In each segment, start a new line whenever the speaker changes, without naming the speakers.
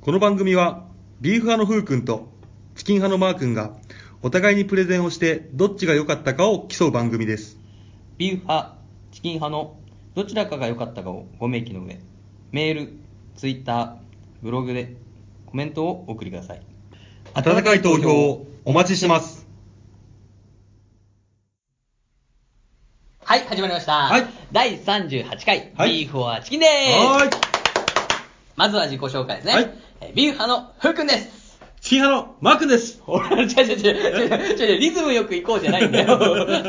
この番組は、ビーフ派のふうくんと、チキン派のマーくんが、お互いにプレゼンをして、どっちが良かったかを競う番組です。
ビーフ派、チキン派のどちらかが良かったかをご明記の上、メール、ツイッター、ブログでコメントをお送りください。
温かい投票をお待ちしてます。
はい、始まりました。
はい
第38回、
はい
ビーフはチキンです。
はーい。
まずは自己紹介ですね。
はい
えービーフ派のふうくんです。
チキン派のマーくんです。
ほら、 違う違う違う違う違う、リズムよく行こうじゃないんだ よ。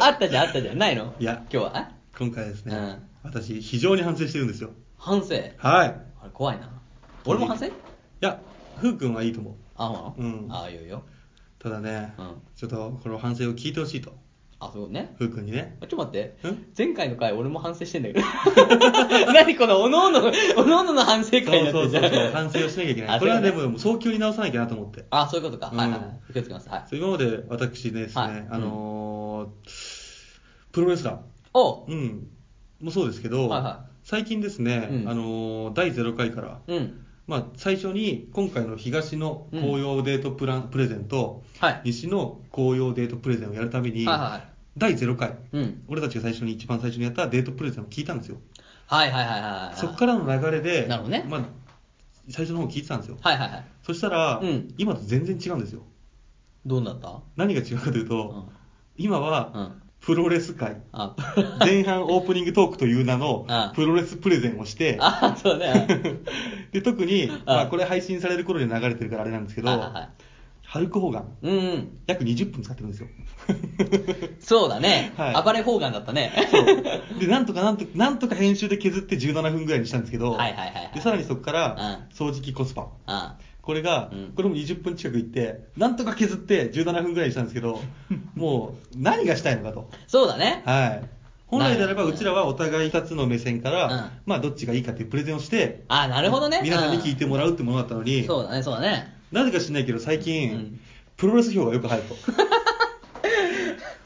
あったじゃん、あったじゃん。ないの
いや
今日は、あ
今回はですね、
うん
私、非常に反省してるんですよ。
反省。
はい。
あれ怖いな。俺も反省
いや、ふうくんはいいと思う。
あ、ほら。
うん
ああ、言うよ。
ただね、
うん
ちょっとこの反省を聞いてほしいと。
あ、そうね。
ふうくんにね。
ちょっと待って
ん。
前回の回俺も反省してんだけど。 何この、おのおの、おのおのの反省会になって
そう
るじ
そ
ゃ。
うんそう、反省をしなきゃいけな
あ
い。これは
そうい
で
うことね
も、早急に直さなきゃなと思って。
あ、そういうことか。はいはいは
うん
い。気をつけます。はい。
そう今まで私ですね、
はい
あのープロレスラ
お
ー、うん、もそうですけど、
はいは
最近ですね、
うん
あのー第0回から、
うん。
まあ、最初に今回の東の紅葉デートプラン、プレゼンと、
はい
西の紅葉デートプレゼンをやるために、
はいはいはい
第0回、
うん
俺たちが最初に一番最初にやったデートプレゼンを聞いたんですよ。
はいはいはいはい。
そこからの流れで、
なるほどね
まあ、最初の方聞いてたんですよ。
はいはいはい。
そしたら、
うん
今と全然違うんですよ。
どうなった
何が違うかというと、
うん
今
う
は
ん
プロレス界、
あ、
前半オープニングトークという名の
あ
プロレスプレゼンをして、
あ、そうね。
で特に、
あ
まあ、これ配信される頃に流れてるからあれなんですけど、
はいはいはい
ハルク・ホーガン、
うんうん。
約20分使ってるん ですよ。
そうだね。
はい
暴れ方眼だったね。
で、なんとかなんとなんとか編集で削って17分ぐらいにしたんですけど、
はいはいはいはい
でさらにそこから掃除機コスパ。
あ
これが、
うん
これも20分近くいって、なんとか削って17分ぐらいにしたんですけ ど、もう何がしたいのかと。
そうだね。
はい。本来であれば、
なるほど
う
ね
ちらはお互い2つの目線から、
うん
まあ、どっちがいいかっていうプレゼンをして、
あ、なるほどね。
皆さんに聞いてもらうってものだったの
うん
に、
そうだね、そうだね。
なぜか知らないけど、最近、
うん
プロレス票がよく入る と。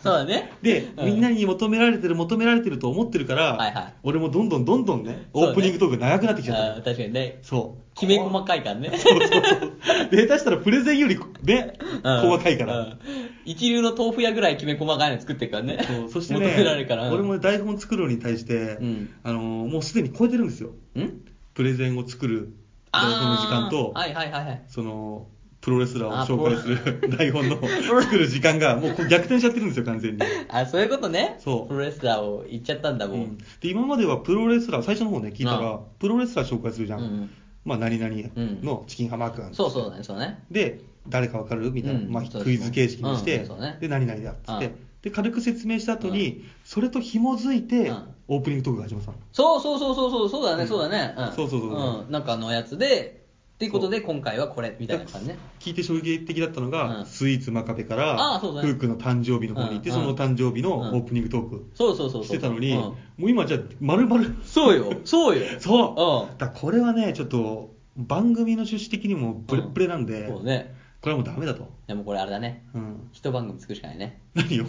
そうだね。
で、
うん
みんなに求められてる、求められてると思ってるから、
はいはい
俺もどんどんどんどんね、
そう
オ
ね
ープニングトークが長くなってきちゃ
あ
った。
確かにね。
そう。
きめ細かいからね。
そうそうそう。 で、下手したらプレゼンより、ね、
うん
細かいか
う
ら
ん。一流の豆腐屋ぐらいきめ細かいの作ってるからね
そうそして
求められる
ね
から、
俺も台本作るのに対して、
うん
あのーもうすでに超えてるんですよ。
うん
プレゼンを作る台本の時間
あー
と、
はいはいはいはい
そのプロレスラーを紹介する 台 本の
ロ
作る時間がもうこう逆転しちゃってるんですよ完全に、
あそういうことね
そう
プロレスラーを言っちゃったんだも、
うんんで今まではプロレスラー最初の方ね聞いた
ああ
らプロレスラー紹介するじゃん、
うんうん
まあ何々のチキンハマー君、
そうそうだねそうだね
で誰かわかるみたいな、
うん
まあ、
そうそう
クイズ形式にして、
うんそうね
で何々だっつって、
うん
で軽く説明した後に、
う
それと紐づいて、
うん
オープニングトークが始まったの
そうそうそうそうそうそうだね、
うん
そうだね、ん
そうそうそうそうん
なんかあのやつでっていうことで今回はこれみたいな感じね
聞いて衝撃的だったのが、
うん
スイーツ真壁から
ああそうだね
フークの誕生日の方に行って、
うん
その誕生日の
うん
オープニングトーク
そうそうそうそう
してたのに、
うん
もう今じゃ丸々
そうよそうよ
そう、
ん
だからこれはねちょっと番組の趣旨的にもブレッブレなんで、
そうね
これはもうダメだと、
でもこれあれだね
うん、
一番組作るしかないね
何よ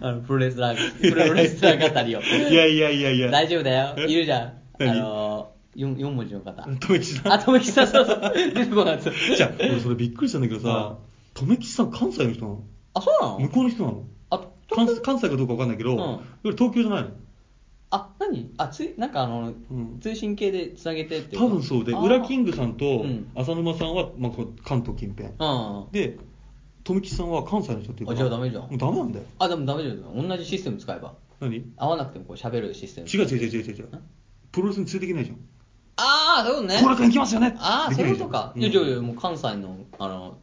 あのプロレスラー、プロレスラー語りを。
いやいやいやいや
大丈夫だよ。
え
いるじゃん。あ
何
のー、4, 四文字の方。
留吉さん
あ、とめきさん、そうそう。出てこないやつ。
じゃあ俺それびっくりしたんだけどさ留吉さん関西の人なの
あ、そうなの
向こうの人なの
あ、
関西関西かどうかわかんないけど、
うん
俺東京じゃないの
あ、何あ、つい、なんかあの、
うん
通信系でつなげてってい
多分そうで、
あー
裏キングさんと
うん
浅沼さんは、まあ、こう関東近辺。
うん。
で、富木さんは関西の人っていうから。
あじゃあダメじゃん
もうダメなんだよ。
あ、でもダメじゃん。同じシステム使えば。
何違う
合わなくてもこう喋るシステム。
違う違う違う違う違う。プロレスに連れていけないじゃん。
ああ、そういうことね。
後楽園行きますよね
ああ、
でき
そう
ないいうじ
こ
ゃん
とか。
うん
いやいやいや、もう関西の、あの、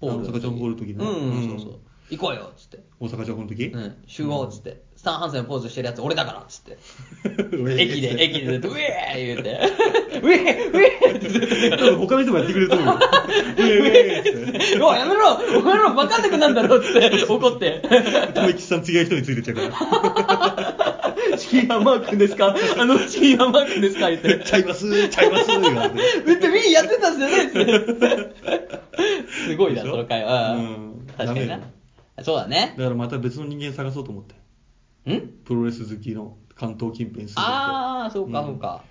ホールの時。
あの阪ちゃんホールの時ね
うん
う
うんん、そうそう。行こうよ、つって。
大阪城この時、
うん、集合っつって、スタン・ハンセンポーズしてるやつ俺だからっつって、
上へ
駅で、駅でずっと、ウェー言うて、 ウェーウェーってずっ
多
と
分他の人もやってくれると思うよ。ウェイウェイって。
おいやめろお前ら分かんなくなんだろっつって怒って、
富木さん違う人についてっちゃうか
チキンハンマー君ですかあのチキンハンマー君ですか言っ
ら。
て、
ちゃいます、ちゃいます、言われて。
うってみーやってたんじゃないっつって。すごいな、
でし
そ
ょ
の会話。う
うん
ん、確かに
ダメ
な。そうだね。
だからまた別の人間探そうと思って。
ん
プロレス好きの関東近辺に住んでる人
ああ、そうか、そうか。
ま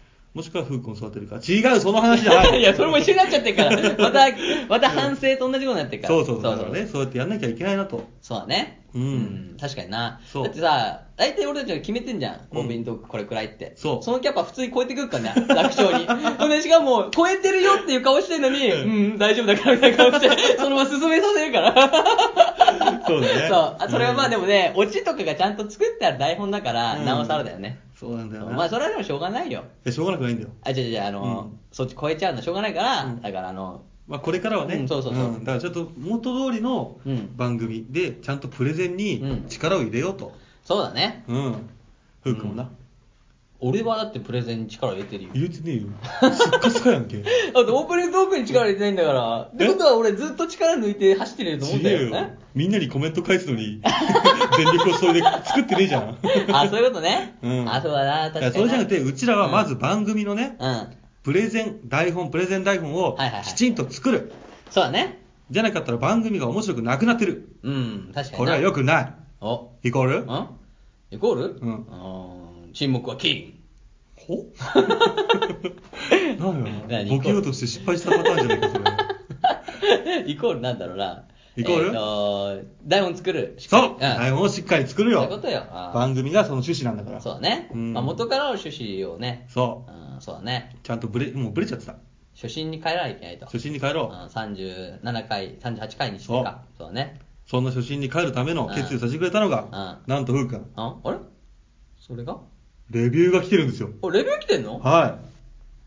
もしくはフー君を育てるか。違う、その話じゃない。
いや、それも一緒になっちゃってるから、また、また反省と同じことになってるから。
そうそう
そ
そうう。
そ
だ
う
からね、そうやってやんなきゃいけないなと。
そうだね。
うん
確かにな。
そう
だってさ、大体俺たちが決めてんじゃん。コンビニトークこれくらいって。
そう
そのキャパ普通に超えてくるからね、楽勝に。 ほんで、しかも、超えてるよっていう顔してんのに、うん、大丈夫だからみたいな顔して、そのまま進めさせるから。
そうだね。
そう。あそれはまあで
も。
もね、オチとかがちゃんと作ってある台本だから、
うん
なおさらだよね。
そうなんだよな。
まあそれはでもしょうがないよ。
いやしょうがなくないんだよ。
あ、違う違う、あの、
うん
そっち超えちゃうのしょうがないから、
うん
だからあの、
まあ、これからはね、
うんそうそうそうん
だからちょっと元通りの
うん
番組で、ちゃんとプレゼンに力を入れようと。
そうだね。
うん。ふうくんもな。
俺はだってプレゼンに力入れてるよ。
言うてねえよ。すっかすかやんけ。
だってオープニングトークに力入れてないんだから。ってことは俺ずっと力抜いて走ってると思う
ち
んだ
げえ
よ。
よ。みんなにコメント返すのに、 全力をそれで作ってねえじゃん。
え あ、そういうことね。
うん
あ、そうだな、確か
い
にな。
やそれじゃなくて、うちらはまず番組のね、
うん。
プレゼン、台本、プレゼン台本を
はいはいはい
きちんと作る。
そうだね。
じゃなかったら番組が面白くなくなってる。
うん、確かにな。
これは良くな
お、
い。イコール
んイコール
うん
ん。沈黙は金。
ほなん
何
よ。ボケようとして失敗したパターンじゃないか、それ。
イコールなんだろうな。
イコール
えっと、台本作る。しっか
そ
り
う台本をしっかり作る
そういう
よ
こ。とよ。あー
番組がその趣旨なんだから。
そうだね。
うん
まあ元からの趣旨をね。
そ
うん、そうだね。
う。ちゃんとブレ、もうブレちゃってた。
初心に変えらなきゃいけないと。
初心に帰ろう。
うん37回、38回にしてか。そうだね。
そんな初心に帰るための決意をさせてくれたのが、なんとふうくん、
ああれそれが
レビューが来てるんですよ。
あ、レビュー来てん
はい。
の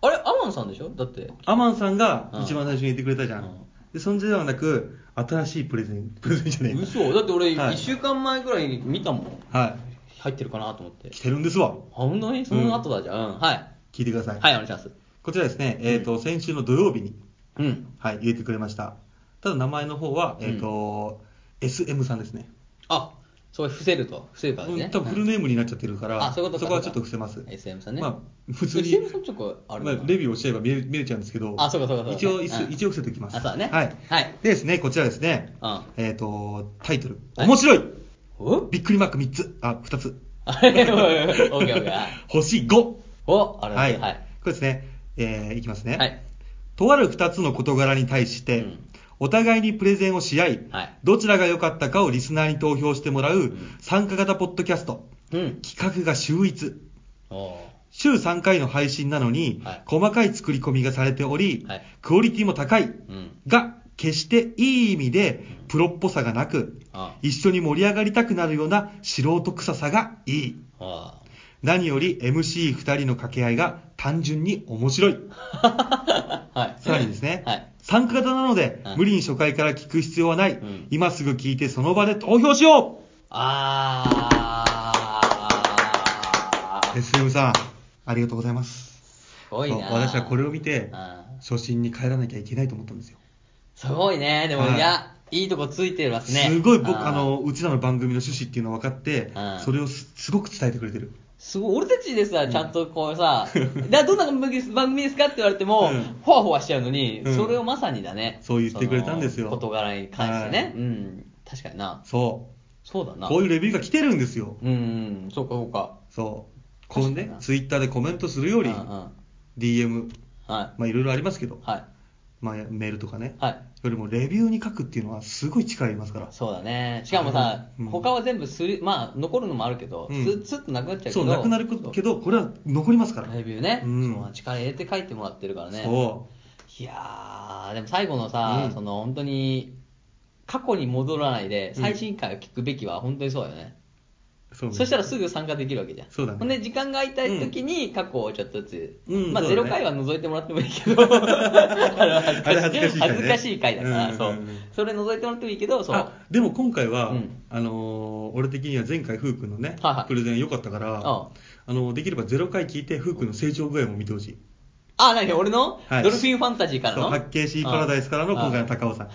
あれアマンさんでしょだって。
アマンさんが
うん
一番最初に言ってくれたじゃ
うん
ん。で、そんじゃではなく、新しいプレゼン、プレゼンじゃねえか。
嘘だって俺
は
1
い
週間前ぐらいに見たもん。
は
入ってるかなと思って
い。。来てるんですわ。
あ、本当にその後だじゃん。うん、はい。
聞いてください。
はい、お願いします。
こちらですね、えっと、先週の土曜日に、
うん。
はい、言ってくれました。ただ名前の方は、
うん
えっと、SM さんですね。
あ、それ伏せると。伏せるから
う
ね
ん。多分フルネームになっちゃってるから、
あそういうことか
こはちょっと伏せます。
SM さんね。
まあ、普通に。
SM さんちょっとあれ
まあ、レビューをしちゃえば見える見れちゃうんですけど、
あそうかそうかそうか
一応、一応
うん
一応伏せておきます。
あそうだね
はい。
はい
でですね、こちらですね、
うん
えっ、と、タイトル、
はい
面白い
お
びっくりマーク3つ、あ、2つ、
あれ、お いおいおいオッケーオッケー。はい
星5。
お、あれ、はい。
これですね、えーいきますね。
はい。
とある2つの事柄に対して、
うん
お互いにプレゼンをし合い、
はい
どちらが良かったかをリスナーに投票してもらう、
ん
参加型ポッドキャスト、
うん。
企画が秀逸。
おー
週3回の配信なのに、
はい
細かい作り込みがされており、
はい
クオリティも高い、
うん
が、決していい意味でプロっぽさがなく、
あ
一緒に盛り上がりたくなるような素人臭さがいい。
あ
何より MC2 人の掛け合いが単純に面白い。
あ。はい。
さらにですね、
はい。
参加型なので、
うん
無理に初回から聞く必要はない、
ん
今すぐ聞いてその場で投票しよ
あ
う
あ。す
!SM さん、ありがとうございます。
ごいな。
そう私はこれを見て
あー、
初心に帰らなきゃいけないと思ったんですよ。
すごいね。でも、
はい
いや、いいとこついてますね。
すごい僕、
ー
あの、うちらの番組の趣旨っていうのを分かって
うん、
それをすすごく伝えてくれてる。
すごい、俺たちでさ、ちゃんとこ うさ、だどんな番組番組ですかって言われても
うん、
ほわほわしちゃうのに、
うん
それをまさにだね。
そう言ってくれたんですよ
その事柄に関してね。
はい
うん。確かにな。
そ
そうだ
う。
な。
こういうレビューが来てるんですよ。
うん、そうか、そうか。
そう。こう
確
ね
かに、な
ツイッターでコメントするより
うんう、ん
DM、
は
まあいろいろありますけど
い。、はい。
まあメールとかね。
はい。
よりもレビューに書くっていうのはすごい力いりますから。
そうだね。しかもさ、
うん
他は全部すり、まあ、残るのもあるけど、
うん
ススッとなくなっちゃうけど。
そう、なくなるけど、これは残りますから。
レビューね、
うん
そう力入れて書いてもらってるからね。
そ
いやー、でも最後のさ、
うん
その本当に、過去に戻らないで、
うん
最新回を聞くべきは本当にそうだよね。
う。そうね
そしたらすぐ参加できるわけじゃん。
そうだね
ほんで、時間が空いた時に過去をちょっとずつ、
うん
まあ、
そうだ
0
ね
回は覗いてもらってもいいけど、あれ は
あれ恥ずかしい回ね
恥ずかしい回だから、
うん
そう
うんうん。
それ覗いてもらってもいいけど、そう。
あでも今回は、
うん
あのー俺的には前回、フー君のね、
はいはい
プレゼン良かったから、
あ
あのーできれば0回聞いて、フー君の成長具合も見てほしい。
あ、なに俺の、
はい
ドルフィンファンタジーから
そ
の
う、八景シーパラダイスからの今回の高尾さん。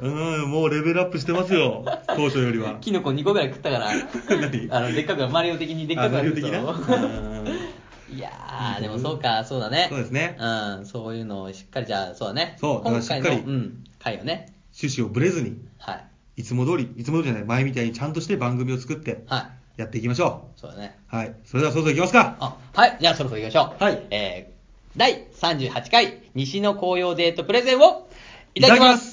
うん、もうレベルアップしてますよ、当初よりは。
キノコ2個ぐらい食ったから、
何
あのでっかくなマリオ的にでっかくな
あマリ
る
オ的なうん
いやー、でもそうか、そうだね。
そうですね
うん、そういうのをしっかり、じゃあ、そうだね。
そうだから
今
しっか
回
り
の、うん、回をね。
趣旨をぶれずに、
はい。
いつも通り、いつも通りじゃない、前みたいにちゃんとして番組を作って、
は
やっていきましょ
そうだね。
う。はい。それではそろそろいきますか。
あ、はい。じゃあそろそろ行きましょう。
はい
えー、第38回西の紅葉デートプレゼンをいただきます。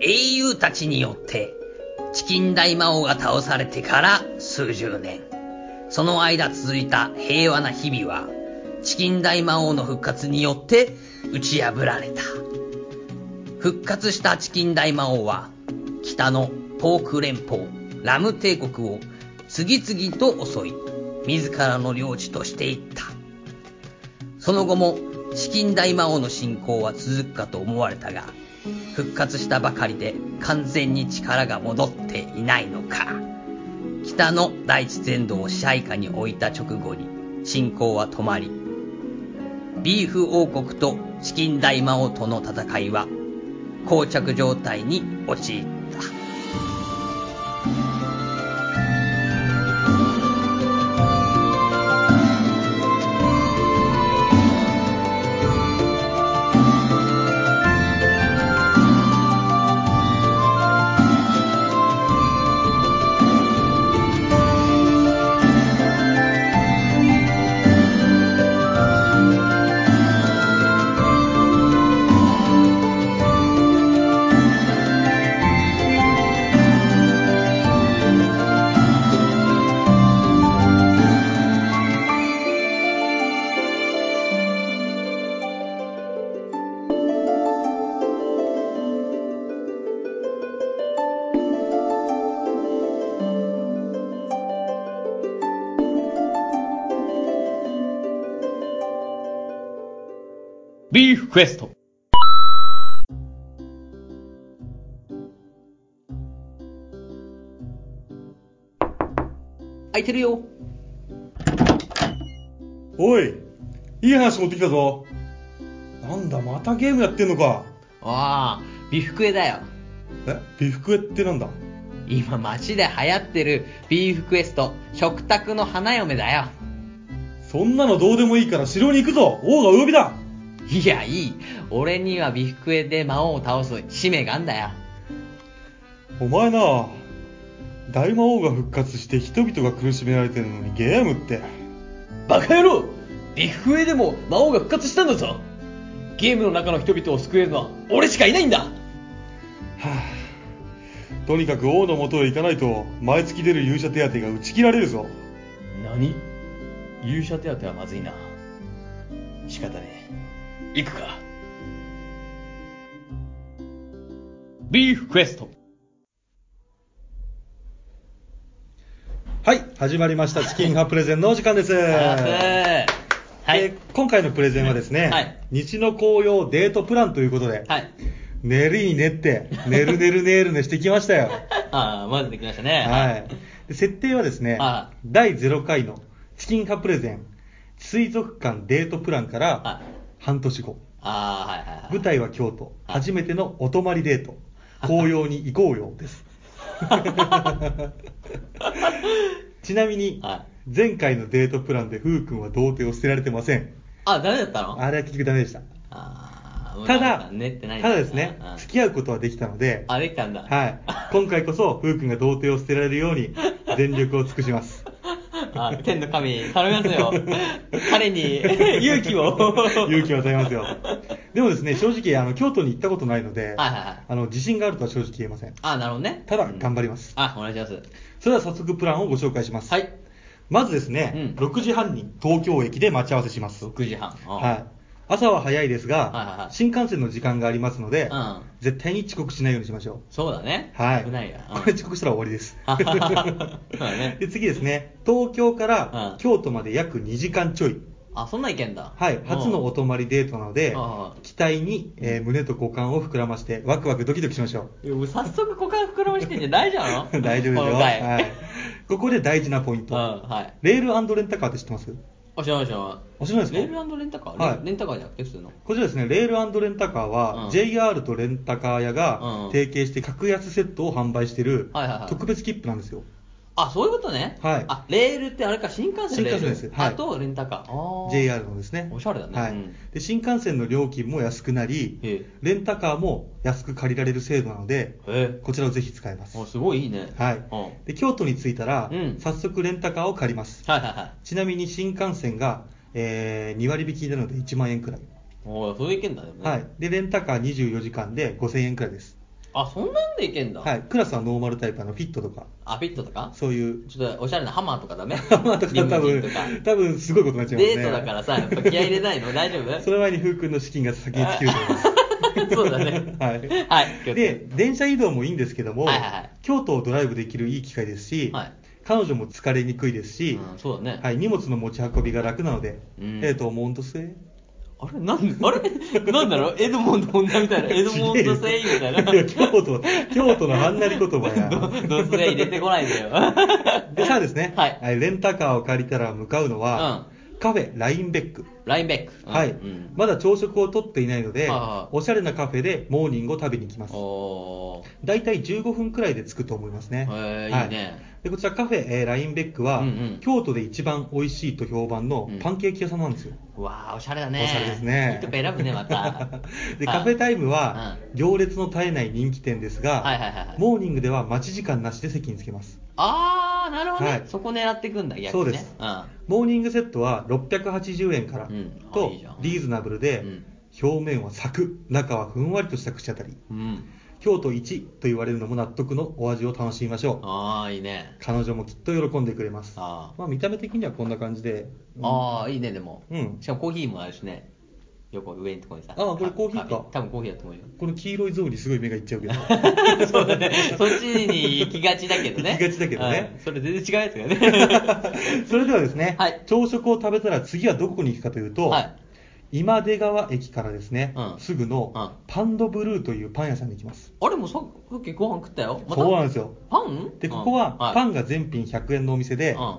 英雄たちによってチキン大魔王が倒されてから数十年その間続いた平和な日々はチキン大魔王の復活によって打ち破られた復活したチキン大魔王は北のポーク連邦ラム帝国を次々と襲い自らの領地としていったその後もチキン大魔王の進行は続くかと思われたが復活したばかりで完全に力が戻っていないのか北の大地全土を支配下に置いた直後に進行は止まりビーフ王国とチキン大魔王との戦いは膠着状態に陥った
ビーフクエスト。
空いてるよ
おい、いい話持ってきたぞ。なんだ、またゲームやってんのか。
ああ、ビフクエだよ。
えビフクエってなんだ
今街で流行ってるビーフクエスト、食卓の花嫁だよ。
そんなのどうでもいいから城に行くぞ王がお呼びだ
いや、いい。俺にはビフクエで魔王を倒す使命があんだよ。
お前なあ大魔王が復活して人々が苦しめられてるのにゲームって
バカ野郎ビフクエでも魔王が復活したんだぞゲームの中の人々を救えるのは俺しかいないんだ
はあとにかく王の元へ行かないと毎月出る勇者手当が打ち切られるぞ
何勇者手当はまずいな仕方ねえ行くか
ビーフクエスト。
はい始まりましたチキンハプレゼンのお時間です
は
で
い。
今回のプレゼンはですね、
はい
日の紅葉デートプランということで、
はい。
練りに練って、練る練る練るねしてきましたよ。
ああ、まずできましたね。
はい。で設定はですね
は、
第0回のチキンカプレゼン、水族館デートプランか
は
ら
い
半年後、
ああ、はいはいはい。
舞台は京都、
はい
初めてのお泊まりデート、紅葉に行こうよです。ちなみに
は、
前回のデートプランでふうくんは童貞を捨てられてません。
あ、ダメだったの
あれは結局ダメでした。
あー
た
なん
だ、
かねってない
ただですね
あ、
付き合うことはできたので、
あできたんだ。
はい。今回こそ、ふうくんが童貞を捨てられるように、全力を尽くします。
あ、天の神、頼みますよ。彼に 勇気を。
勇気を与えますよ。でもですね、正直、あの、京都に行ったことないので、
はいはいはい
あの、自信があるとは正直言えません。
あ、なるほどね。
ただ、頑張ります。
あ、お願いします。
それでは早速、プランをご紹介します。
はい。
まずですね、
うん
6時半に東京駅で待ち合わせします。
6時半。
はい。朝は早いですが、
はいはいはい
新幹線の時間がありますので、
うん
絶対に遅刻しないようにしましょう。
い。そうだね。
はい。
危ないや。うん
これ遅刻したら終わり です。
そうだね
で次ですね、東京か
う
ら
ん
京都まで約2時間ちょい。
あ、そんなんいけんだ。
はい、初のお泊まりデートなので
ああ、
期待に、えー胸と股間を膨らまして、ワクワクドキドキしましょ
いやもう早速股間膨らましてんじゃないじゃん
う。。 大丈夫ですよ。
この回
はい。ここで大事なポイン
うん、
ト。
はい。
レールレンタカーって知ってます
おしゃましゃま。
お知らないですか
レールレンタカー、
はい
レンタカーじゃなくて普通の。
こちらですね、レールレンタカーは、
うん
JR とレンタカー屋が
うん
提携して格安セットを販売してる
はいはいはい
特別切符なんですよ。
あ、そういうことね。
はい
あ、レールってあれか、新幹線レール
新幹線ですはい
あと、レンタカー。あー
JR のですね
おしゃれだね。
はい
うん
で新幹線の料金も安くなり、
え
レンタカーも安く借りられる制度なので
え
こちらをぜひ使えます
ー、あすごいいいね。
は
うん
い、で京都に着いたら、
うん
早速レンタカーを借ります
はいはいはい。
ちなみに新幹線が、えー2割引きなので1万円くらい、
おーそれいけんだね。
はい。、でレンタカー24時間で5000円くらいです、
あ、そんなんでいけんだ。
はい、クラスはノーマルタイプあのフィットとか
あ、フィットとか
そういう
ちょっとおしゃれなハマーとかダメ
ハマーとか
リム
多
ジン
分
とか。
多分すごいことになっちゃいます
デ
ね
ートだからさ、やっぱ気合い入れないの大丈夫
その前にふうくんの資金が先に尽きると思います
そうだね。
はい
はい。気をつけ
で
て
電車移動もいいんですけども、
はいはいはい
京都をドライブできるいい機会ですし、
はい
彼女も疲れにくいですし、
うんそうだね。
はい、荷物の持ち運びが楽なので、
うん
ええと思うんとせ
あれなんあれなんだろうエドモンド女 みたいな。エドモンドセイみたいな。
いや 京都京都のあんなり言葉 や
ドスが入れてこないんだよ。
でさあですね、
はい
レンタカーを借りたら向かうのは、カフェラインベック、
ラインベック。うん
はい
うん
まだ朝食をとっていないので、
はいはい
おしゃれなカフェでモーニングを食べに行きます
おー
大体15分くらいで着くと思いますね。
へーいいね
でこちらカフェ、えーラインベックは、
うんうん
京都で一番美味しいと評判の
うん
パンケーキ屋さんなんです よ。
うわあおしゃれだね。
おしゃれですね。。
いいとこ選ぶね、また
で、カフェタイムは、
う
行列の絶えない人気店ですが、
はいはいはいはい
モーニングでは待ち時間なしで席につけます。
あー、なるほどね、
はい
そこ狙っていくんだ、逆に、ね。
そうですモーニングセットは680円から、
うんあ
と
いいじゃん
リーズナブルで、
うん
表面はサクッ、中はふんわりとした口当たり。
うん。うん。
京都一と言われるのも納得のお味を楽しみましょう。
あー、いいね。
彼女もきっと喜んでくれます
あー
まあ、見た目的にはこんな感じで、うん
あー、いいね、でも。
うん
しかもコーヒーもあるしね。横、上のところにさ。
あーこれコーヒーか
多分コーヒーだと思うよ。
この黄色いゾーンにすごい目がいっちゃうけど
そうだね。そっちに行きがちだけど
行
ね。
きがちだけどね
うんそれ全然違うやつ がね。
それではですね、
はい
朝食を食べたら次はどこに行くかというと、
はい
今出川駅からですね、
うん
すぐの
うん
パンドブルーというパン屋さんに行きます、
あれもささっきご飯食ったよ。また
そうなんですよ
パン
でここはパンが全品100円のお店で、
でうん、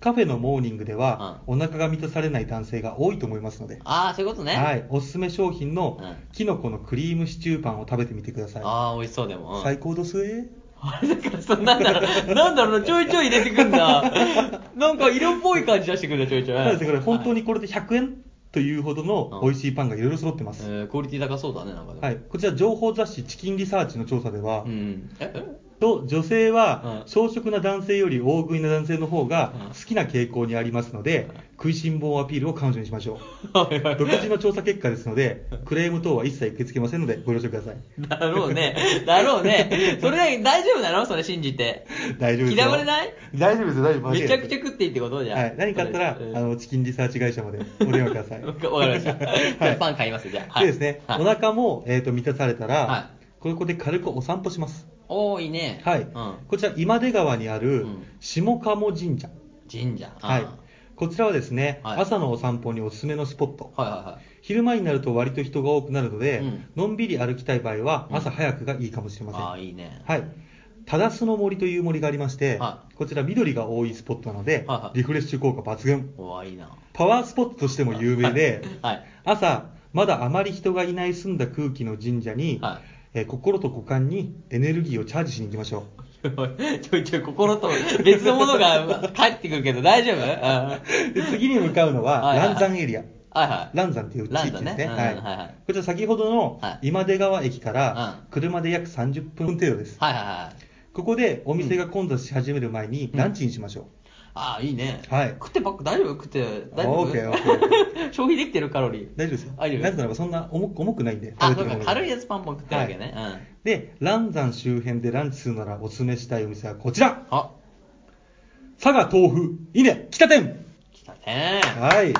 カフェのモーニングでは、お腹が満たされない男性が多いと思いますので、
ああ、そういうことね。
はい、おすすめ商品の、
うん
きのこのクリームシチューパンを食べてみてください
ああ、美味しそうでも。うん
最高どすえ
あれだからさ、なんだろう、なんだろうな、ちょいちょい入れてくんだ。 なんか色っぽい感じ出してくるな、ちょいちょい。
そうですねこれ本当
に、
にこれで100円というほどの美味しいパンがいろいろ揃ってま
え
す、
ークオリティ高そうだね、なんかでも。
はい、こちら情報雑誌「チキンリサーチ」の調査では、
うん。え
と女性
う
は
ん
小食な男性より大食いな男性の方が
うん
好きな傾向にありますので、食いしん坊アピールを彼女にしましょ う
はいはい
独自の調査結果ですのでクレーム等は一切受け付けませんのでご了承ください
だろうね。だろうね。それ大丈夫なのそれ信じて。
大丈夫ですよ
嫌われない
大丈夫ですよ大丈夫です
めちゃくちゃ食っていいってことじゃん。
はい、何かあったら、あ
それうん
のチキンリサーチ会社までお電話ください
わかわかりました。じゃあパン買いますよ、じゃあ。
でですね、
はい
お腹も、えー、と満たされたら、
は
ここで軽くお散歩します。
おー、いいね。
はい、
うん
こちら今出川にある
うん
下鴨神社、
神社。うん
はい、こちらはですね、
はい
朝のお散歩におすすめのスポット、
はいはいはい。
昼間になると割と人が多くなるので、
うん
のんびり歩きたい場合は
うん
朝早くがいいかもしれません。
ああ、いいね。
はい忠須の森という森がありまして、
は
こちら緑が多いスポットなので、
はいはい
リフレッシュ効果抜群
おー、いいな。
パワースポットとしても有名で、
はい。
朝まだあまり人がいない澄んだ空気の神社に、
はい
えー心と股間にエネルギーをチャージしに行きましょ
ちょいちょい心と別のものが帰ってくるけど大丈夫うんは
う で次に向かうのは
はいはい
蘭山エリア
いはい。
蘭山という地域ですね
蘭山ねうん
はい
はいはい
こちら先ほどの
はい
今出川駅か
う
ら
ん
車で約30分程度です、
はいはいはい。
ここでお店が混雑し始める前に
うん
ランチにしましょう、
ああ、いいね。
はい
食ってばっか大丈夫食って。大丈夫
オーケーオーケー
消費できてるカロリー。
大丈夫ですよ
大丈夫
なぜならばそんな重く重くないんで
あ、
食
そう
べて
か。
るものが
軽いやつパンパン食ってるわけね。うん。
で蘭山周辺でランチするならおすすめしたいお店はこちら
あ、
佐賀豆腐稲北店
来たね。
はい、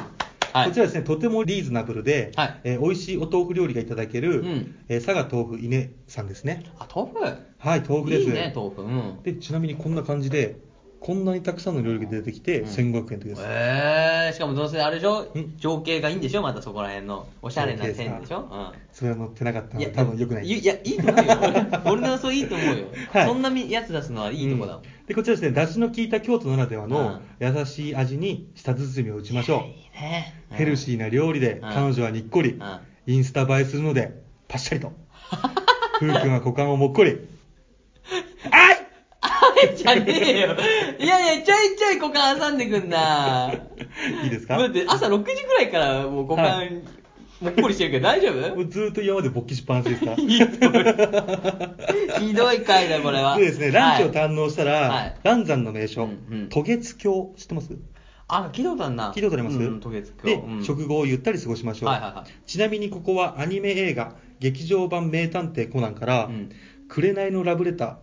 はい
こちらですね、とてもリーズナブルで、
はい
えー美味しいお豆腐料理がいただける、
うん
えー佐賀豆腐稲さんですね。
あ、豆腐。
はい、豆腐です。
いいね、豆腐。うん。
でちなみにこんな感じで、こんなにたくさんの料理が出てきて、
うん
1500円というです。
えー、しかもどうせあれでしょ
ん
情景がいいんでしょまたそこら辺の。おしゃれな線でしょうん。
それは載ってなかったので、多分良くない
い
です。
や、いいと思うよ。俺俺の予想いいと思うよ。
はい
そんなみやつ出すのはいいとこだもん。
うんでこちらですね、だしの効いた京都ならではの優しい味に舌包みを打ちましょ
いいね。
う。ヘルシーな料理で、
ん
彼女はにっこり、
うん
インスタ映えするので、パッシャリと。ふうくんは股間をもっこり。
ー。あ、めっじゃねえよ。いやいや、ちょいちょい股間挟んでくんな。
いいですか
だって朝6時くらいからもう股
は
間、もっこりしてるけど大丈
もう
夫
ずーっと今まで勃起しっぱなし ですか
ひどい回だよ、これは。
でですね、ランチを
はい
堪能したら、
はい
蘭山の名所、
うんうん
渡月橋、知ってます
あ、聞いたことあるな。
聞いたことあります、
うん、渡月橋
で、
うん
食後をゆったり過ごしましょう、
はいはいはい
ちなみにここはアニメ映画「劇場版名探偵コナン」から
うん
「紅のラブレター」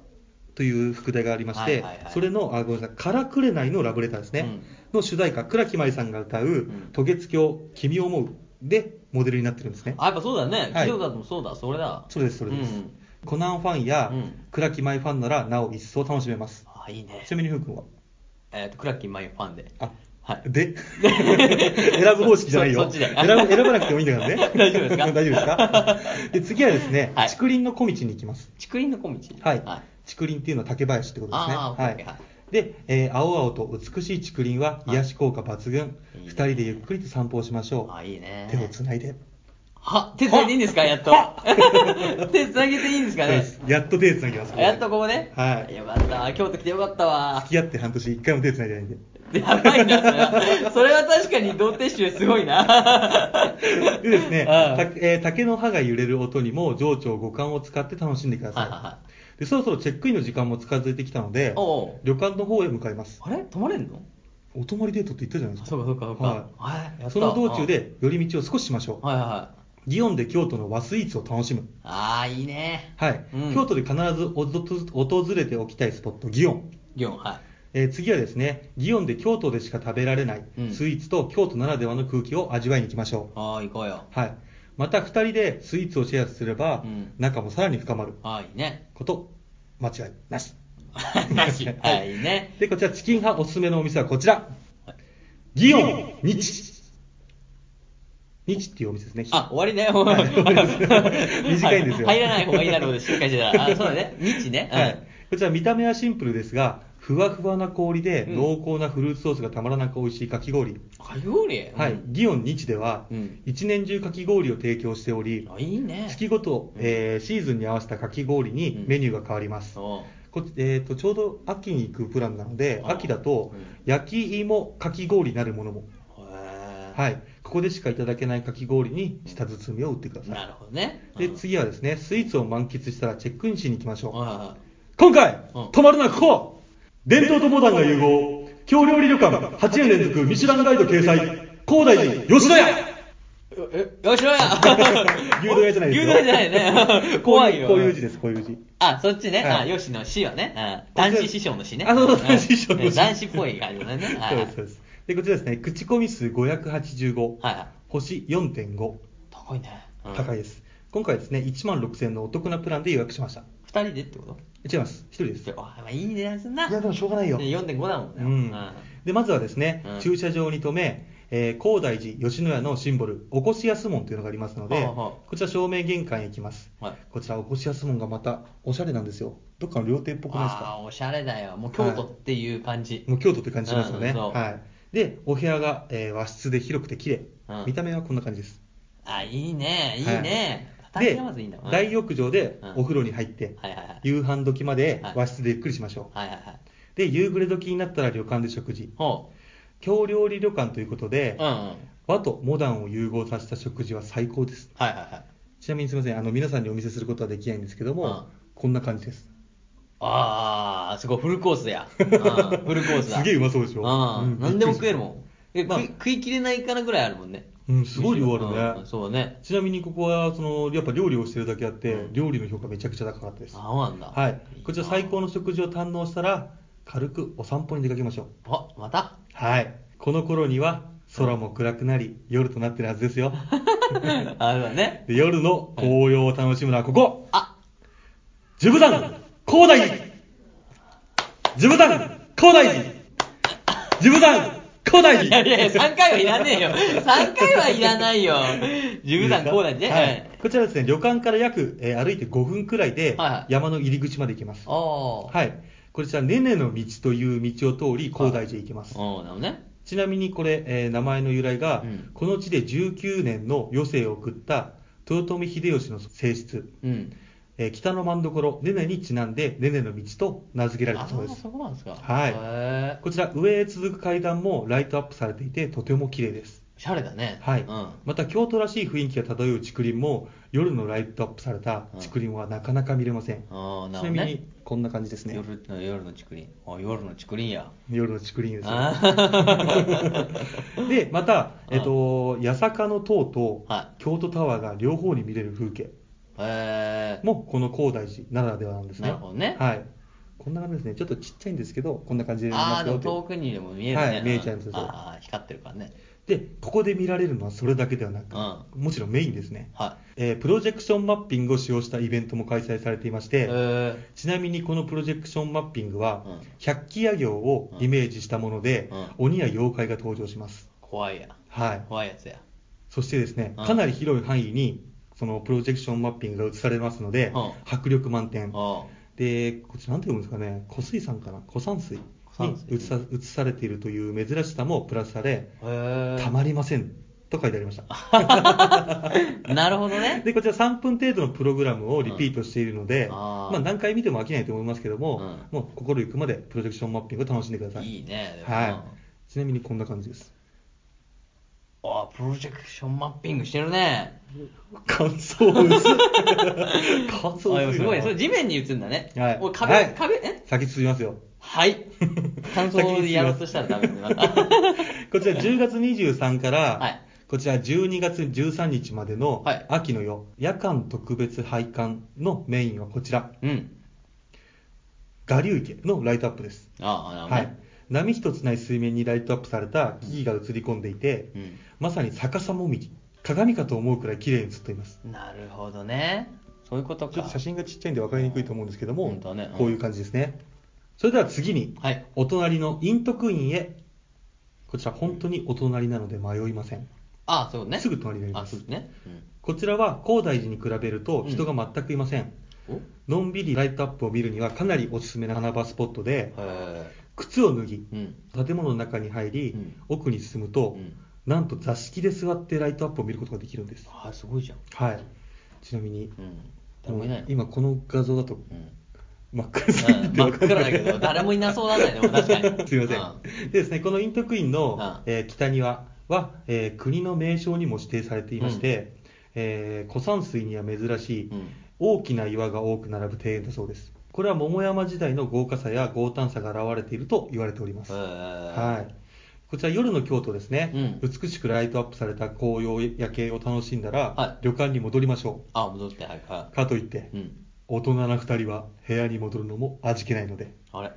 という副題がありまして、
はいはいはい
それのあごめんなさい「から紅のラブレター」ですね、の主題歌倉木麻衣さんが歌う「
ん
渡月橋君を思う」でモデルになってるんですね
あ、やっぱそうだね。
はい
聞いたことあるもんそうだ、それだ。
そうですそうです、
うん
コナンファンや
うん
倉木麻衣ファンならなお一層楽しめます、
あ、いいね
ち。なみにふうくんは
えっと、クラッキーマイファンで。
あ
はい。
で選ぶ方式じゃないよ
そそっちで
選ぶ選ばなくてもいいんだからね
大丈夫ですか
大丈夫ですかで次はですね、
はい
竹林の小道に行きます
竹林の小道。
はい、竹林っていうのは竹林ってことですね
あー
は
OK
い
はい
で、えー青々と美しい竹林は癒し効果抜群、
いいね
二人でゆっくりと散歩をしましょう
あ、いいね。
手をつないで、
は、手繋いでいいんですかやっと。 手繋げていいんですか
そう
ね
ですやっと手つなぎます
やっとここね。
はい
よかった。京都来てよかったわ
付。き合って半年一回も手つないでないんで
やばいな、それは。それは確かに童貞集すごいな。
でですね、
ああ
たえー竹の葉が揺れる音にも情緒五感を使って楽しんでください。
はいはいは
でそろそろチェックインの時間も近づいてきたので
おうおう、
旅館の方へ向かいます。
あれ泊まれんの
お泊まりデートって言ったじゃない
あ
です
そ
か。
うかそうかそうか。
はい
はいやった。
その道中で寄り道を少ししましょ
はいはいは
う
い。。
祇園で京都の和スイーツを楽しむ。
ああ、いいね。
はい、
うん
京都で必ずおぞと訪れておきたいスポット、祇園。
ギョン、はい。
えー次はですね、祇園で京都でしか食べられない
うん
スイーツと京都ならではの空気を味わいに行きましょう。
ああ、行こうよ。
はい、また2人でスイーツをシェアすれば、
うん
仲もさらに深まる
ああ、いいね。
こと間違いなし
なし。 はい、いいね。
でこちらチキン派おすすめのお店はこちら祇園日日っていうお店ですね
あ、終わりね。もう
短いんですよ
は入らない方がいいだろうで、しっかりして たら。あ、そうだね。未知ね。うん
はい、こちら見た目はシンプルですがふわふわな氷で
うん
濃厚なフルーツソースがたまらなく美味しいかき氷、
かき氷
はい
うん
祇園日では
うん
一年中かき氷を提供しており、
あいいね。
月ごと、えーシーズンに合わせたかき氷にメニューが変わります、
おう
こえー、とちょうど秋に行くプランなので
あー
秋だと
うん
焼き芋かき氷なるものも、
へー
はい、ここでしかいただけないかき氷に舌包みを打ってください、
なるほどね。
で
うん
次はですねスイーツを満喫したらチェックインしに行きましょう、
はいは
今回
うん
泊まるのはここ伝統とモダンが融合京料理旅館8年連続ミシュランガイド掲載高大寺吉田屋
いえ、よしろや
牛丼屋じゃないです
牛
よ
丼屋じゃないね。怖い よ。
こういうこういう字ですこういう字
あ、そっちね。
は
あ、
い
よしの死はね。うん男子師匠の死ね。
あそうそう男子師匠
ん
の死
男子っぽい感じだね。は
そ
い
うで
はい
すそうですでこちらですね口コミ数585、
はいはい。
星4.5
高いね。うん
高いです、今回はですね1万6000円のお得なプランで予約しました
二人でってこと
違います1人です
あまあいい値段すんな。
いやでもしょうがないよ、
ね4.5だもんね。
うんでまずはですね、
うん
駐車場に停めえー高大寺吉野家のシンボルおこしやす門というのがありますので、
はあはあ
こちら正面玄関へ行きます、
はい
こちらおこしやす門がまたおしゃれなんですよどっかの料亭っぽくないです
あ
か
あー、おしゃれだよ。もう京都っていう感じ。
もう京都って感じしますよね、
うんそう
はいでお部屋が、えー和室で広くて綺麗、
うん
見た目はこんな感じです
あ、いいね、いいね。
で
畳がまずいいんだもん
大浴場で
うん
お風呂に入って、
はいはいはい。
夕飯時まで
はい
和室でゆっくりしましょう、
はいはいはい。
で夕暮れ時になったら旅館で食事
ほ
京料理旅館ということで、
う。うんうん。はい
和とモダンを融合させた食事は最高です
はいはい。
ちなみにすみませんあの皆さんにお見せすることはできないんですけども、
うん
こんな感じです
ああ、すごい、フルコー スや。うん、フルコースだ。
すげえうまそうでしょ
うん。
うん
何でも食えるもん。え、
まあ
食い食い切れないからぐらいあるもんね。
うんすごい量あるね
うんそうね。
ちなみにここはそのやっぱ料理をしてるだけあって、
うん
料理の評価めちゃくちゃ高かったです
あ、そうなんだ。
はいこちら最高
の。
の食事を堪能したら軽くお散歩に出かけましょう
あ、また
はいこの頃には空も暗くなり夜となってるはず ですよ
あれだね。
で夜の紅葉を楽しむのはここ、
あ、
ジブタン、高大寺ジブタン、高大寺ジブタン、高大
いや
寺
いやいや、3回はいらねえよ。3回はいらないよ。ジムさん、こうだね。
はい。こちらですね、旅館から約、えー歩いて5分くらいで
はいはい、
山の入り口まで行きます。
おー。い。
はい。こちら、ねねの道という道を通り、高大寺へ行きます。
おー、なるほどね。
ちなみにこれ、えー名前の由来が、
うん
この地で19年の余生を送った豊臣秀吉の正室、
うん。
ええー北の真所ねねにちなんでねねの道と名付けられ
あ
たそうです
そこなんですか。
はい
へー
こちら上へ続く階段もライトアップされていてとても綺麗です
おしゃれだね。
はい、
うん。
また京都らしい雰囲気が漂う竹林も夜のライトアップされた竹林はなかなか見れません、
ああ、な
ちな
るほど
み
ね
に。こんな感じですね夜
夜の夜の竹林。あ夜の竹林や。
の竹林ですよ
あー
でま た、えっと八坂の塔と
は
京都タワーが両方に見れる風景
へえ。
もこの高台寺ならではなんですね
なるほどね
はい、こんな感じですねちょっとちっちゃいんですけどこんな感じで見え
あ
ま
あ、
す
で
よ
も
って
遠くにでも見えるね。
はい見えちゃいます
うん
そう
ああ、光ってるからね。
でここで見られるのはそれだけではなく、もちろんメインですね、
は
えープロジェクションマッピングを使用したイベントも開催されていまし
い。へ
て、
え。
ちなみにこのプロジェクションマッピングは、
うん
百鬼夜行をイメージしたもので、
う
鬼や妖怪が登場します、
怖いや。
はい、
怖いやつや。
そしてですね
うん
かなり広い範囲にそのプロジェクションマッピングが映されますので、
うん
迫力満点、
あ
でこっちなんて読むんですかね湖水山かな湖山水に
湖山水
映さ映されているという珍しさもプラスされ、
あ。へえ。
たまりませんと書いてありました
なるほどね。
でこちら3分程度のプログラムをリピートしているので、
うんあー
まあ、何回見ても飽きないと思いますけども、
う
もう心ゆくまでプロジェクションマッピングを楽しんでください
いいね。でも
は
う
い
ん、
ちなみにこんな感じです
ああ、プロジェクションマッピングしてるね。
感想 薄い感想
あでも
薄い
すごいね。それ地面に打つんだね。
はい
お壁、
はい
壁、え
先進みますよ
はい。感想でやろうとしたらダメだな。
こちら10月23から、
はい
こちら12月13日までの
はい
秋の夜、夜間特別拝観のメインはこちら
うん。
我流池のライトアップです、
ああ、なるほ
は
ど
い
ね。、
波一つない水面にライトアップされた木々が映り込んでいて、
うん
まさに逆さもみじ鏡かと思うくらい綺麗に映っています
なるほどね。そういうこと
ちょっ
か
と写。真がちっちゃいんで分かりにくいと思うんですけども、
本当はねうん
こういう感じですねそれでは次に、
はい。
お隣の陰徳院へこちら本当にお隣なので迷いません
ああ、そうね。
すぐ隣になり
あ、
ます
すぐね。
こちらは高台寺に比べると人が全くいません、
うん。
の
お
んびりライトアップを見るにはかなりおすすめな穴場スポットで
へ
靴を脱ぎ
え。うん。
建物の中に入り、
うん
奥に進むと、
うん
なんと座敷で座ってライトアップを見ることができるんです
ああ、すごいじゃん。
はいちなみに
うん。誰もいないの。
今この画像だと
うん。
真っ暗すぎ
うん
て
真
わ
っ
かん
暗
な
だ
い
けど、誰もいなそうだね、でも確か に。
すいません、
う
でですねこの陰徳院の、
うん
えー北庭は、えー国の名勝にも指定されていまして、えー湖山水には珍しい、
うん
大きな岩が多く並ぶ庭園だそうですこれは桃山時代の豪華さや豪胆さが現れていると言われております、
へえ
はいこちら夜の京都ですね、
う
美しくライトアップされた紅葉夜景を楽しんだら、
は
旅館に戻りましょ
あ、戻って、はい、
う
は
かといって、
い。うん。
大人な2人は部屋に戻るのも味気ないので
あれ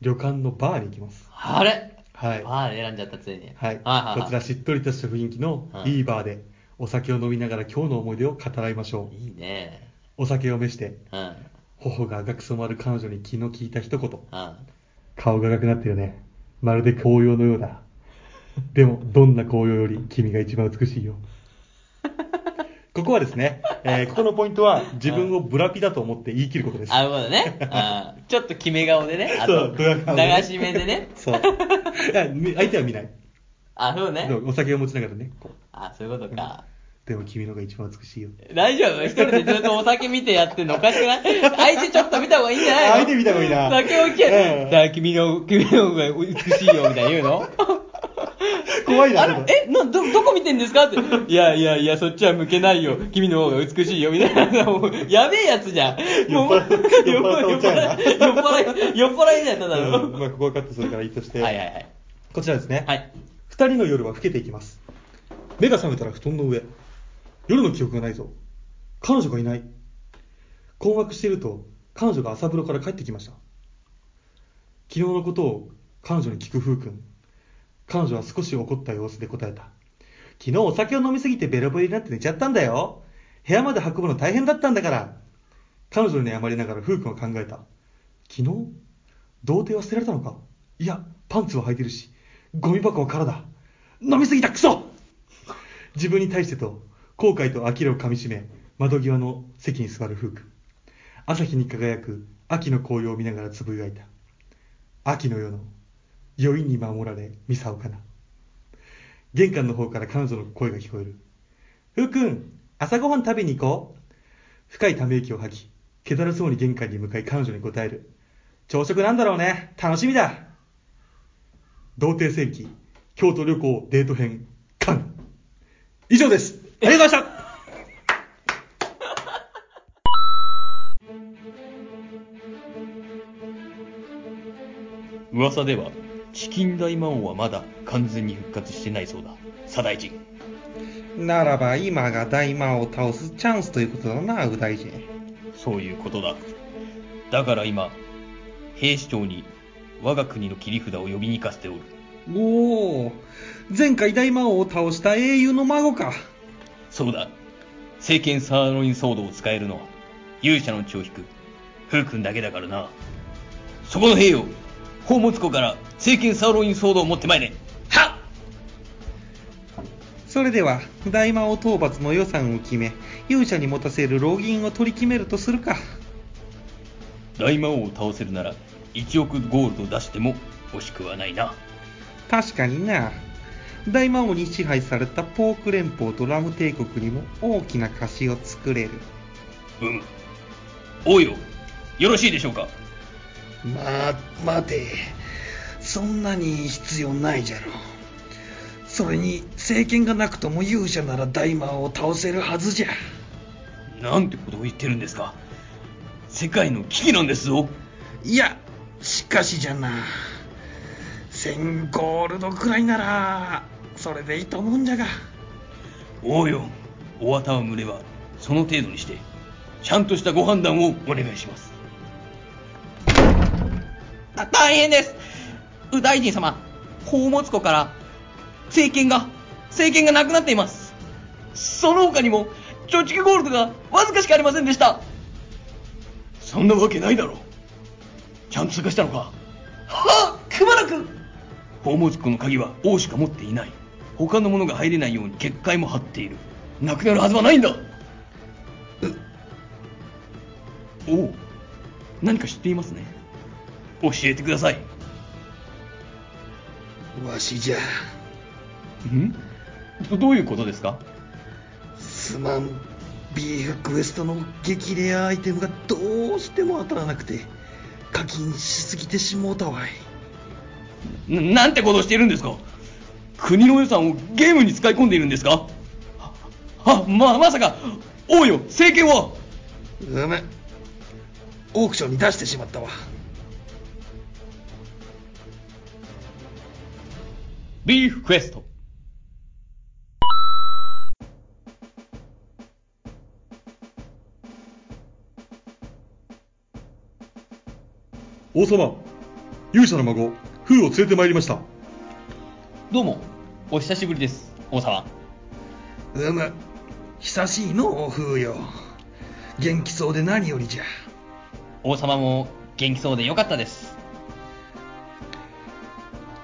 旅館のバーに行きます
あれ
はい
あれ選んじゃった、ついに。
はい、
はい、
こちらしっとりとした雰囲気の
はい
いいバーでお酒を飲みながら今日の思い出を語らいましょう
いいね。
お酒を召して
うん。うん。
頬が赤く染まる彼女に気の利いた一言顔が赤くなってるねまるで紅葉のようだでもどんな紅葉より君が一番美し いよここはですね、えーここのポイントは自分をブラピだと思って言い切ることです
あ、そうだね。うん。ちょっと決め顔でね。
そ
あと、
うドヤ顔でね
流し目でね。
そういやみ相手は見ない
あ、そうね
で。もお酒を持ちながらねこう
あ、そういうことか。
でも君のが一番美しいよ
大丈夫一人でずっとお酒見てやってんのおかしくない相手ちょっと見た方がいいんじゃない
相
の
手見た方がいいな
酒を切
うん
る。だ、君の、君の方が美しいよ、みたいな言うの
怖いな
あ
ちょっ
れ
と
えなど、どこ見てんですかって。いやいやいや、そっちは向けないよ。君の方が美しいよ、みたいな。もうやべえやつじゃん。もう
酔っ払っ
酔っ払
酔
い、酔
っ
っ
払っ
払
て
い、酔っ払い、酔っ払いじゃん、ただ
う
の。
んまあ、ここはカットするからいいとして、
はいはいはい。
こちらですね、
はい。
2人の夜は更けていきます目が覚めたら布団の上夜の記憶がないぞ彼女がいない困惑していると彼女が朝風呂から帰ってきました昨日のことを彼女に聞く風君彼女は少し怒った様子で答えた昨日お酒を飲みすぎてベロベロになって寝ちゃったんだよ部屋まで運ぶの大変だったんだから彼女に謝りながら風君は考えた昨日童貞は捨てられたのかいやパンツは履いてるしゴミ箱は空だ飲みすぎたクソ自分に対してと後悔と呆れをかみしめ窓際の席に座る風君朝日に輝く秋の紅葉を見ながらつぶやいた秋の夜の酔いに守られミサオかな玄関の方から彼女の声が聞こえる風君朝ごはん食べに行こう深いため息を吐き気だるそうに玄関に向かい彼女に答える。朝食なんだろうね。楽しみだ。童貞戦記、京都旅行デート編、完。以上です。ありがとうございました。
噂ではチキン大魔王はまだ完全に復活してないそうだ左大臣
ならば今が大魔王を倒すチャンスということだな、右大臣。
そういうことだだから今兵士長に我が国の切り札を呼びに行かせておる
おお、前回大魔王を倒した英雄の孫か。
そうだ政権サーロイン騒動を使えるのは勇者の血を引く風君だけだからなそこの兵よ宝物庫から政権サーロイン騒動を持ってまいれはっ
それでは、大魔王討伐の予算を決め、勇者に持たせる老銀を取り決めるとするか。
大魔王を倒せるなら1億ゴールド出しても惜しくはないな
確かにな。大魔王に支配されたポーク連邦とラム帝国にも大きな貸しを作れる。
うむ王よよろしいでしょうか
ま、待て。そんなに必要ないじゃろ。それに、政権がなくとも勇者なら大魔王を倒せるはずじゃ。
なんてことを言ってるんですか世界の危機なんですぞ
いや、しかしじゃな。1000ゴールドくらいなら、それでいいと思うんじゃが。
王よお綿を群ればその程度にしてちゃんとしたご判断をお願いします
あ大変です右大臣様宝物庫から政権が政権がなくなっていますその他にも貯蓄ゴールドがわずかしかありませんでした
そんなわけないだろうちゃんと探したのか
はっくまなく
宝物庫の鍵は王しか持っていない他のものが入れないように結界も張っているなくなるはずはないんだ王何か知っていますね教えてください
わしじゃ、
んどどういうことですか
すまん。ビーフクエストの激レアアイテムがどうしても当たらなくて、課金しすぎてしもうたわい。
ななんてことをしているんですか国の予算をゲームに使い込んでいるんですかあままさか王よ政権は
うむ。オークションに出してしまったわ。
ビーフクエスト
王様、勇者の孫、風を連れてまいりました。
どうもお久しぶりです王様
うむ。久しいの、お風よ。元気そうで何よりじゃ。
王様も元気そうでよかったです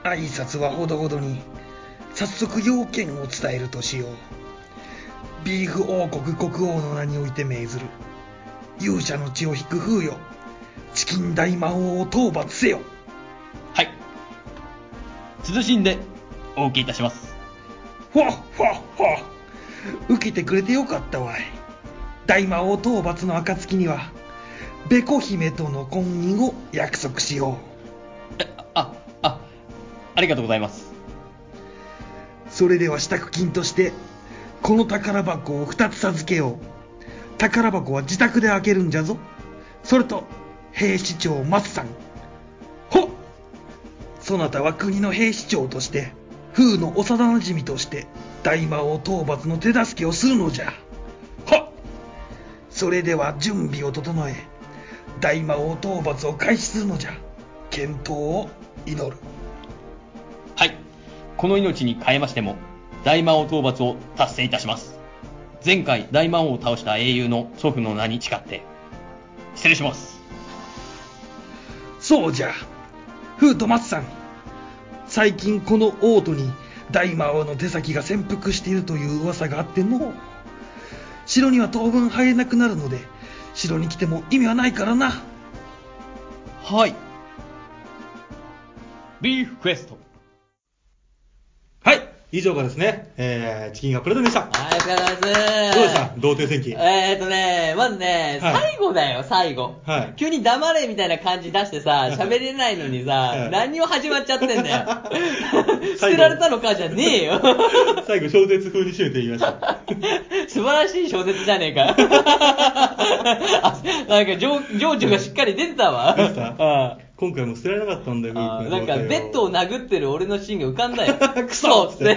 挨拶はほどほどに早速要件を伝えるとしようビーフ王国国王の名において命ずる勇者の血を引く風よチキン大魔王を討伐せよ
はい慎んでお受けいたします
ほっほっほ受けてくれてよかったわい大魔王討伐の暁にはベコ姫との婚姻を約束しよう
ああありがとうございます
それでは支度金としてこの宝箱を2つ授けよう宝箱は自宅で開けるんじゃぞそれと兵士長松さんほっそなたは国の兵士長として風の幼なじみとして大魔王討伐の手助けをするのじゃほっそれでは準備を整え大魔王討伐を開始するのじゃ健闘を祈る
はいこの命に変えましても大魔王討伐を達成いたします前回大魔王を倒した英雄の祖父の名に誓って失礼します
そうじゃ、フーと松さん、最近このオートに大魔王の手先が潜伏しているという噂があってのう、城には当分入れなくなるので、城に来ても意味はないからな。
はいビーフクエスト
はい、以上がですね、えー、チキンがプレゼンでした。
はい、お疲れ様です。
どうでした童貞戦記。
えーっとね、まずね、
はい
最後だよ、最後。
はい
急に黙れみたいな感じ出してさ、喋れないのにさ、
はい。
何を始まっちゃってんだよ 捨てられたのかじゃねえよ。
最後、小説風に締めてみました。
素晴らしい小説じゃねえ か。あなんか情、情緒がしっかり出てたわ。
出てた
あ
今回も捨てられなかったんだよ、
あ
ふう
なんか、ベッドを
な、。
殴ってる俺のシーンが浮かんだよ クソっつって。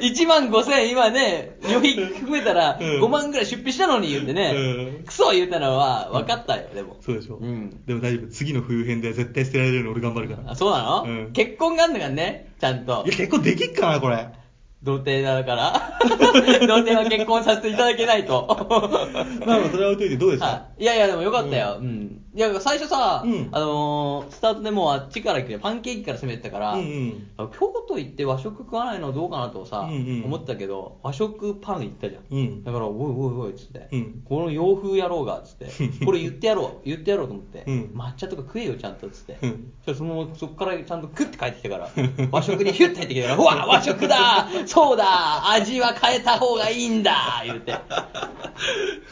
1万5千今ね、旅費含めたら
うん
5万ぐらい出費したのに言って
うん
ね、クソ言ったのは分かったよ、でも。
そうでしょ。
うん
でも大丈夫。次の冬編で絶対捨てられるように俺頑張るから。
あ、そうな
うん
の結婚があんのかね、ちゃんと
い。や、結構できっかな、これ。
童貞だから。 童貞は結婚させていただけないと。
まあ まあ、それは置いといてどうでした、
はいいやいや、でもよかったよ。うん。いや、最初さ、
うん
あのースタートでもうあっちから行くよ。パンケーキから攻めてたから、
うんうん
あ京都行って和食食わないのどうかなとさ、
うんうん
思ってたけど、和食パン行ったじゃん。
うん
だから、おいおいおいっつって、
うん
この洋風やろうが、っつって、これ言ってやろう、言ってやろうと思って、
うん
抹茶とか食えよ、ちゃんと、っつって。
うん
そしたらそのそこからちゃんと食って帰ってきたから、和食にヒュッて入ってきたから、うわ、和食だそうだ味は変えた方がいいんだ言って。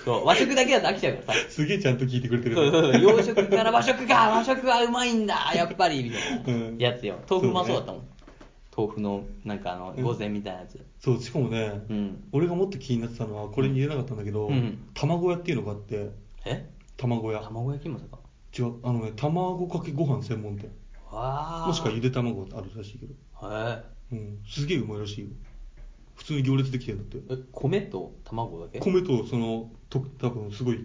そう、和食だけだと飽きちゃうからさ。
すげえちゃんと聞いてくれてる。
そうそうそう洋食から和食か和食はうまいんだやっぱりみた
う
い
ん
なやつよ豆腐うまそうだったもん、豆腐のなんかあの
うん
御膳みたいなやつ、
そうしかもね、
うん
俺がもっと気になってたのはこれに言えなかったんだけど、
うん
卵屋っていうのがあって
え
卵屋
卵焼きもさか
違うあのね卵かけご飯専門店
わあ
もしくはゆで卵あるらしいけど、
へ
うん、すげえうまいらしいよ普通に行列できてるんだっ
ええ米と卵だけ
て米とそのと多分すごい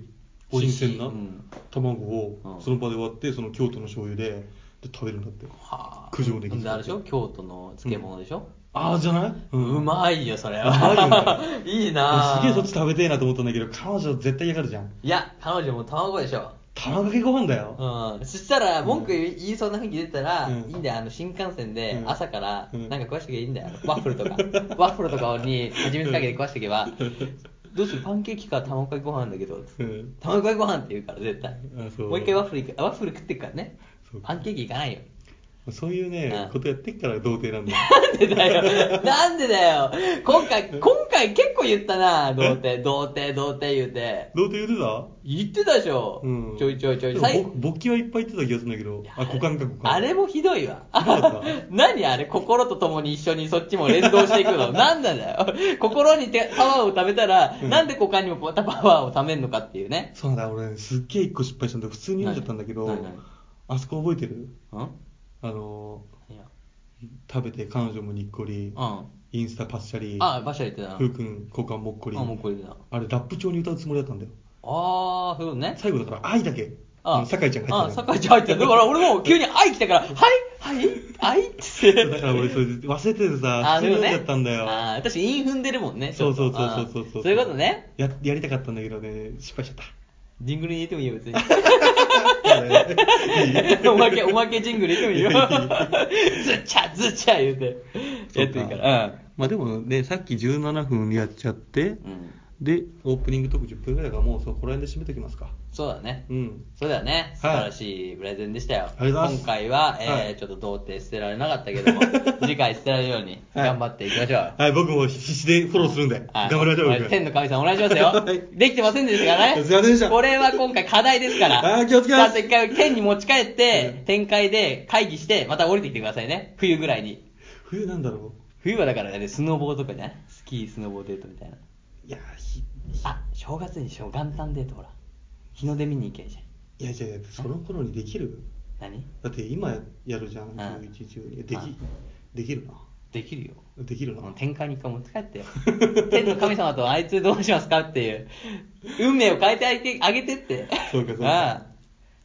美
新
味しい
鮮な
うん
卵を
うん
その場で割ってその京都の醤油でで食べるんだって
はあ
九条ネギ
であれでしょ京都の漬物でしょ、
ああじゃない、
うまいよそれ
あ
は いいなあ
すげえそっち食べてえなと思ったんだけど彼女絶対嫌がるじゃん
いや彼女も卵でしょ
卵かけご飯だよ、
うん、そしたら文句言いそうな雰囲気出たら、
うん
いいんだよあの新幹線で
うん
朝から
うん
なんか食わしてけばいいんだよ、ワッフルと かワッフルとかに蜂蜜かけて食わしてけばどうするパンケーキか卵かけご飯だけど
うん
卵かけご飯って言うから絶対
あそう
もう一回ワッフルいくワッフル食ってくからね
そう
パンケーキいかないよ
そういうね、
うん
ことやってっから童貞なん だよ。
なん でだよなんでだよ今回今回結構言ったな童貞童貞童貞言うて
童貞言ってた
言ってたでしょ、
うん。
ちょいちょいちょい
でもぼ勃起はいっぱい言ってた気がするんだけど、あ、股間か股間。
あれもひどいわ
どうだっ。
何あれ心と共に一緒にそっちも連動していく の。なんなんだよ。心にてパワーを貯めたら、
うん
なんで股間にもパワーを貯めんのかっていうね。
そうなんだよ、俺、すっげえ一個失敗したんだ普通に読んじゃったんだけど
何何何、
あそこ覚えてる
うん
あの
いや
ー、食べて彼女もにっこり、
うん。
インスタパッシャリ、
あ、馬車言ってたな。
ふうくん股間もっこり。
あ、もうこれだ。
あれ、ラップ調に歌うつもりだったんだよ。
あー、そういうことね。
最後だから、愛だけ。あの酒井ちゃんが入
あ、
ってたの
酒井ちゃん入ってた。だから俺も急に愛来たから、はいはい愛って。
そうだから俺、それ忘れててさ、
あ
普
ー、
通に読ん
そういうことね。
じゃったんだよ。
あー、私韻踏んでるもんね。ち
そ
ょ
う
っと
そうそうそうそう
あーそういうことね。
や、やりたかったんだけどね、失敗しちゃった。
ジングルに入れてもいいよ、 別に。
いい
おまけ、 おまけジングル入れてもいいよ。ずっちゃ、ずっちゃ言うて。やってるから。
まあでもね、さっき17分やっちゃって、
うん。
で、オープニングトーク10分ぐらいだから、もうそこら辺で締めときますか。
そうだね。
うん。
そうだよね。素晴らしいプレゼンでしたよ。
りがとうございます
今回は、えー
はい
ちょっと童貞捨てられなかったけ ども、次回捨てられるように頑張っていきましょう。
はい、僕も必死でフォローするんで、
は
頑
い
張りましょう、僕。
天の神さんお願いしますよ。できてませんでしたからね。
すいませんでした
これは今回課題ですから。
はい気をつけます
ちゃんと一回天に持ち帰っ
う
て
ん、
展開で会議して、また降りてきてくださいね。冬ぐらいに。
冬なんだろ
冬はだからね、スノボーとかじゃないスキー、スノボーデートみたいな。
う。いや、ひ、
あ、正月にしよう。元旦デートほら。日の出見に行けばいいじゃん。
いやいやいや、その頃にできる
何
だって今やるじゃん、
ん
11、12。でき
はい、
できるな。
できるよ。
できるな
もう。天界に一回持って帰ってよ。 天の神様とあいつどうしますかっていう。運命を変えてあげてあげてって。
そうかそうか
あ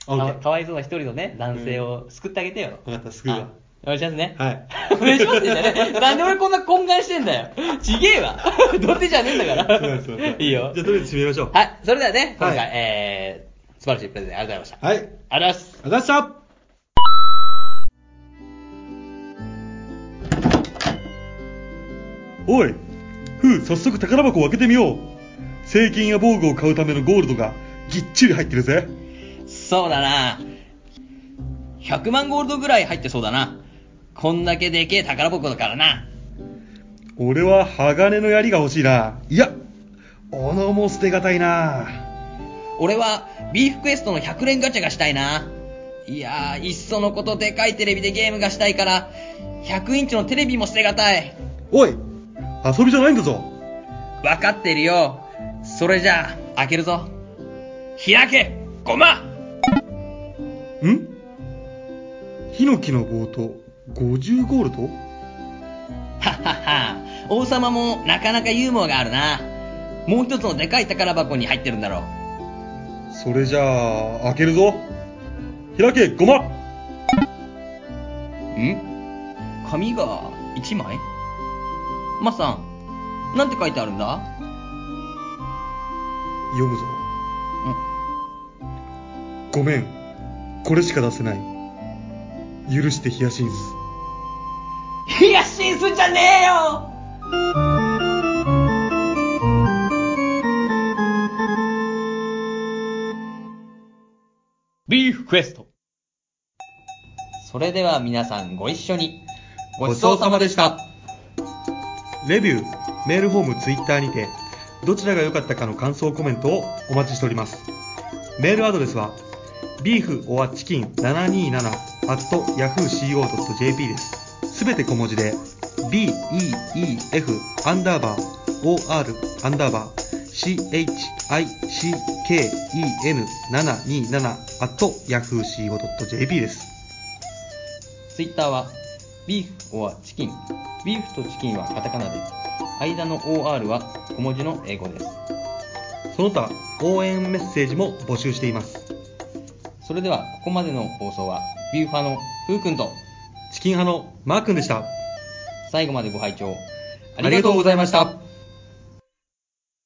あ
オッケ
か
ー
かわいそうな一人のね、男性を救ってあげてよ。
うんわかった救うわ
あお願いしますね。
はい。
お願いしますねじゃね。なんで俺こんな懇願してんだよ。ちげえ わ。どうてじゃねえんだか
そうなん
ら
ですよね。
いいよ
じゃ。あ、とりあえず締めましょう。。
はいい、それではね、今回、
はい
えー、素晴らしいプレゼンありがとうございました。
はい。ありがと
ありがとうござ
うござ
います。
いました
おいふう早速宝箱を開けてみよう製金や防具を買うためのゴールドがぎっちり入ってるぜ
そうだな。100万ゴールドぐらい入ってそうだな。こんだけでけえ宝箱だからな。
俺は鋼の槍が欲しいな。いや、斧も捨てがたいな。
俺はビーフクエストの100連ガチャがしたいな。いやー、いっそのことでかいテレビでゲームがしたいから、100インチのテレビも捨てがたい。
おい、遊びじゃないんだぞ。
わかってるよ。それじゃあ、開けるぞ。開けごま
んヒノキの棒と50ゴールド
はっはっは、王様もなかなかユーモアがあるな。もう一つのでかい宝箱に入ってるんだろう。
それじゃあ、開けるぞ。開け、ごま
ん紙が1枚マさん、なんて書いてあるんだ
読むぞ。ごめん。これしか出せない。許してヒヤシンス。
ヒヤシンスじゃねえよ
ビーフクエスト。
それでは皆さんご一緒に。ごちそうさまでした。
レビュー、メールフォーム、ツイッターにて、どちらが良かったかの感想コメントをお待ちしております。メールアドレスは、beeforchicken727-yahooco.jp です。すべて小文字で、beef アンダーバー or アンダーバー chicken727-yahooco.jp です。
ツイッターは、ビーフ or チキン。ビーフとチキンはカタカナで、間の OR は小文字の英語です。
その他、応援メッセージも募集しています。
それでは、ここまでの放送は、ビューファーのふうくんと、
チキン派のマー君でした。
最後までご拝聴ありがとうございました。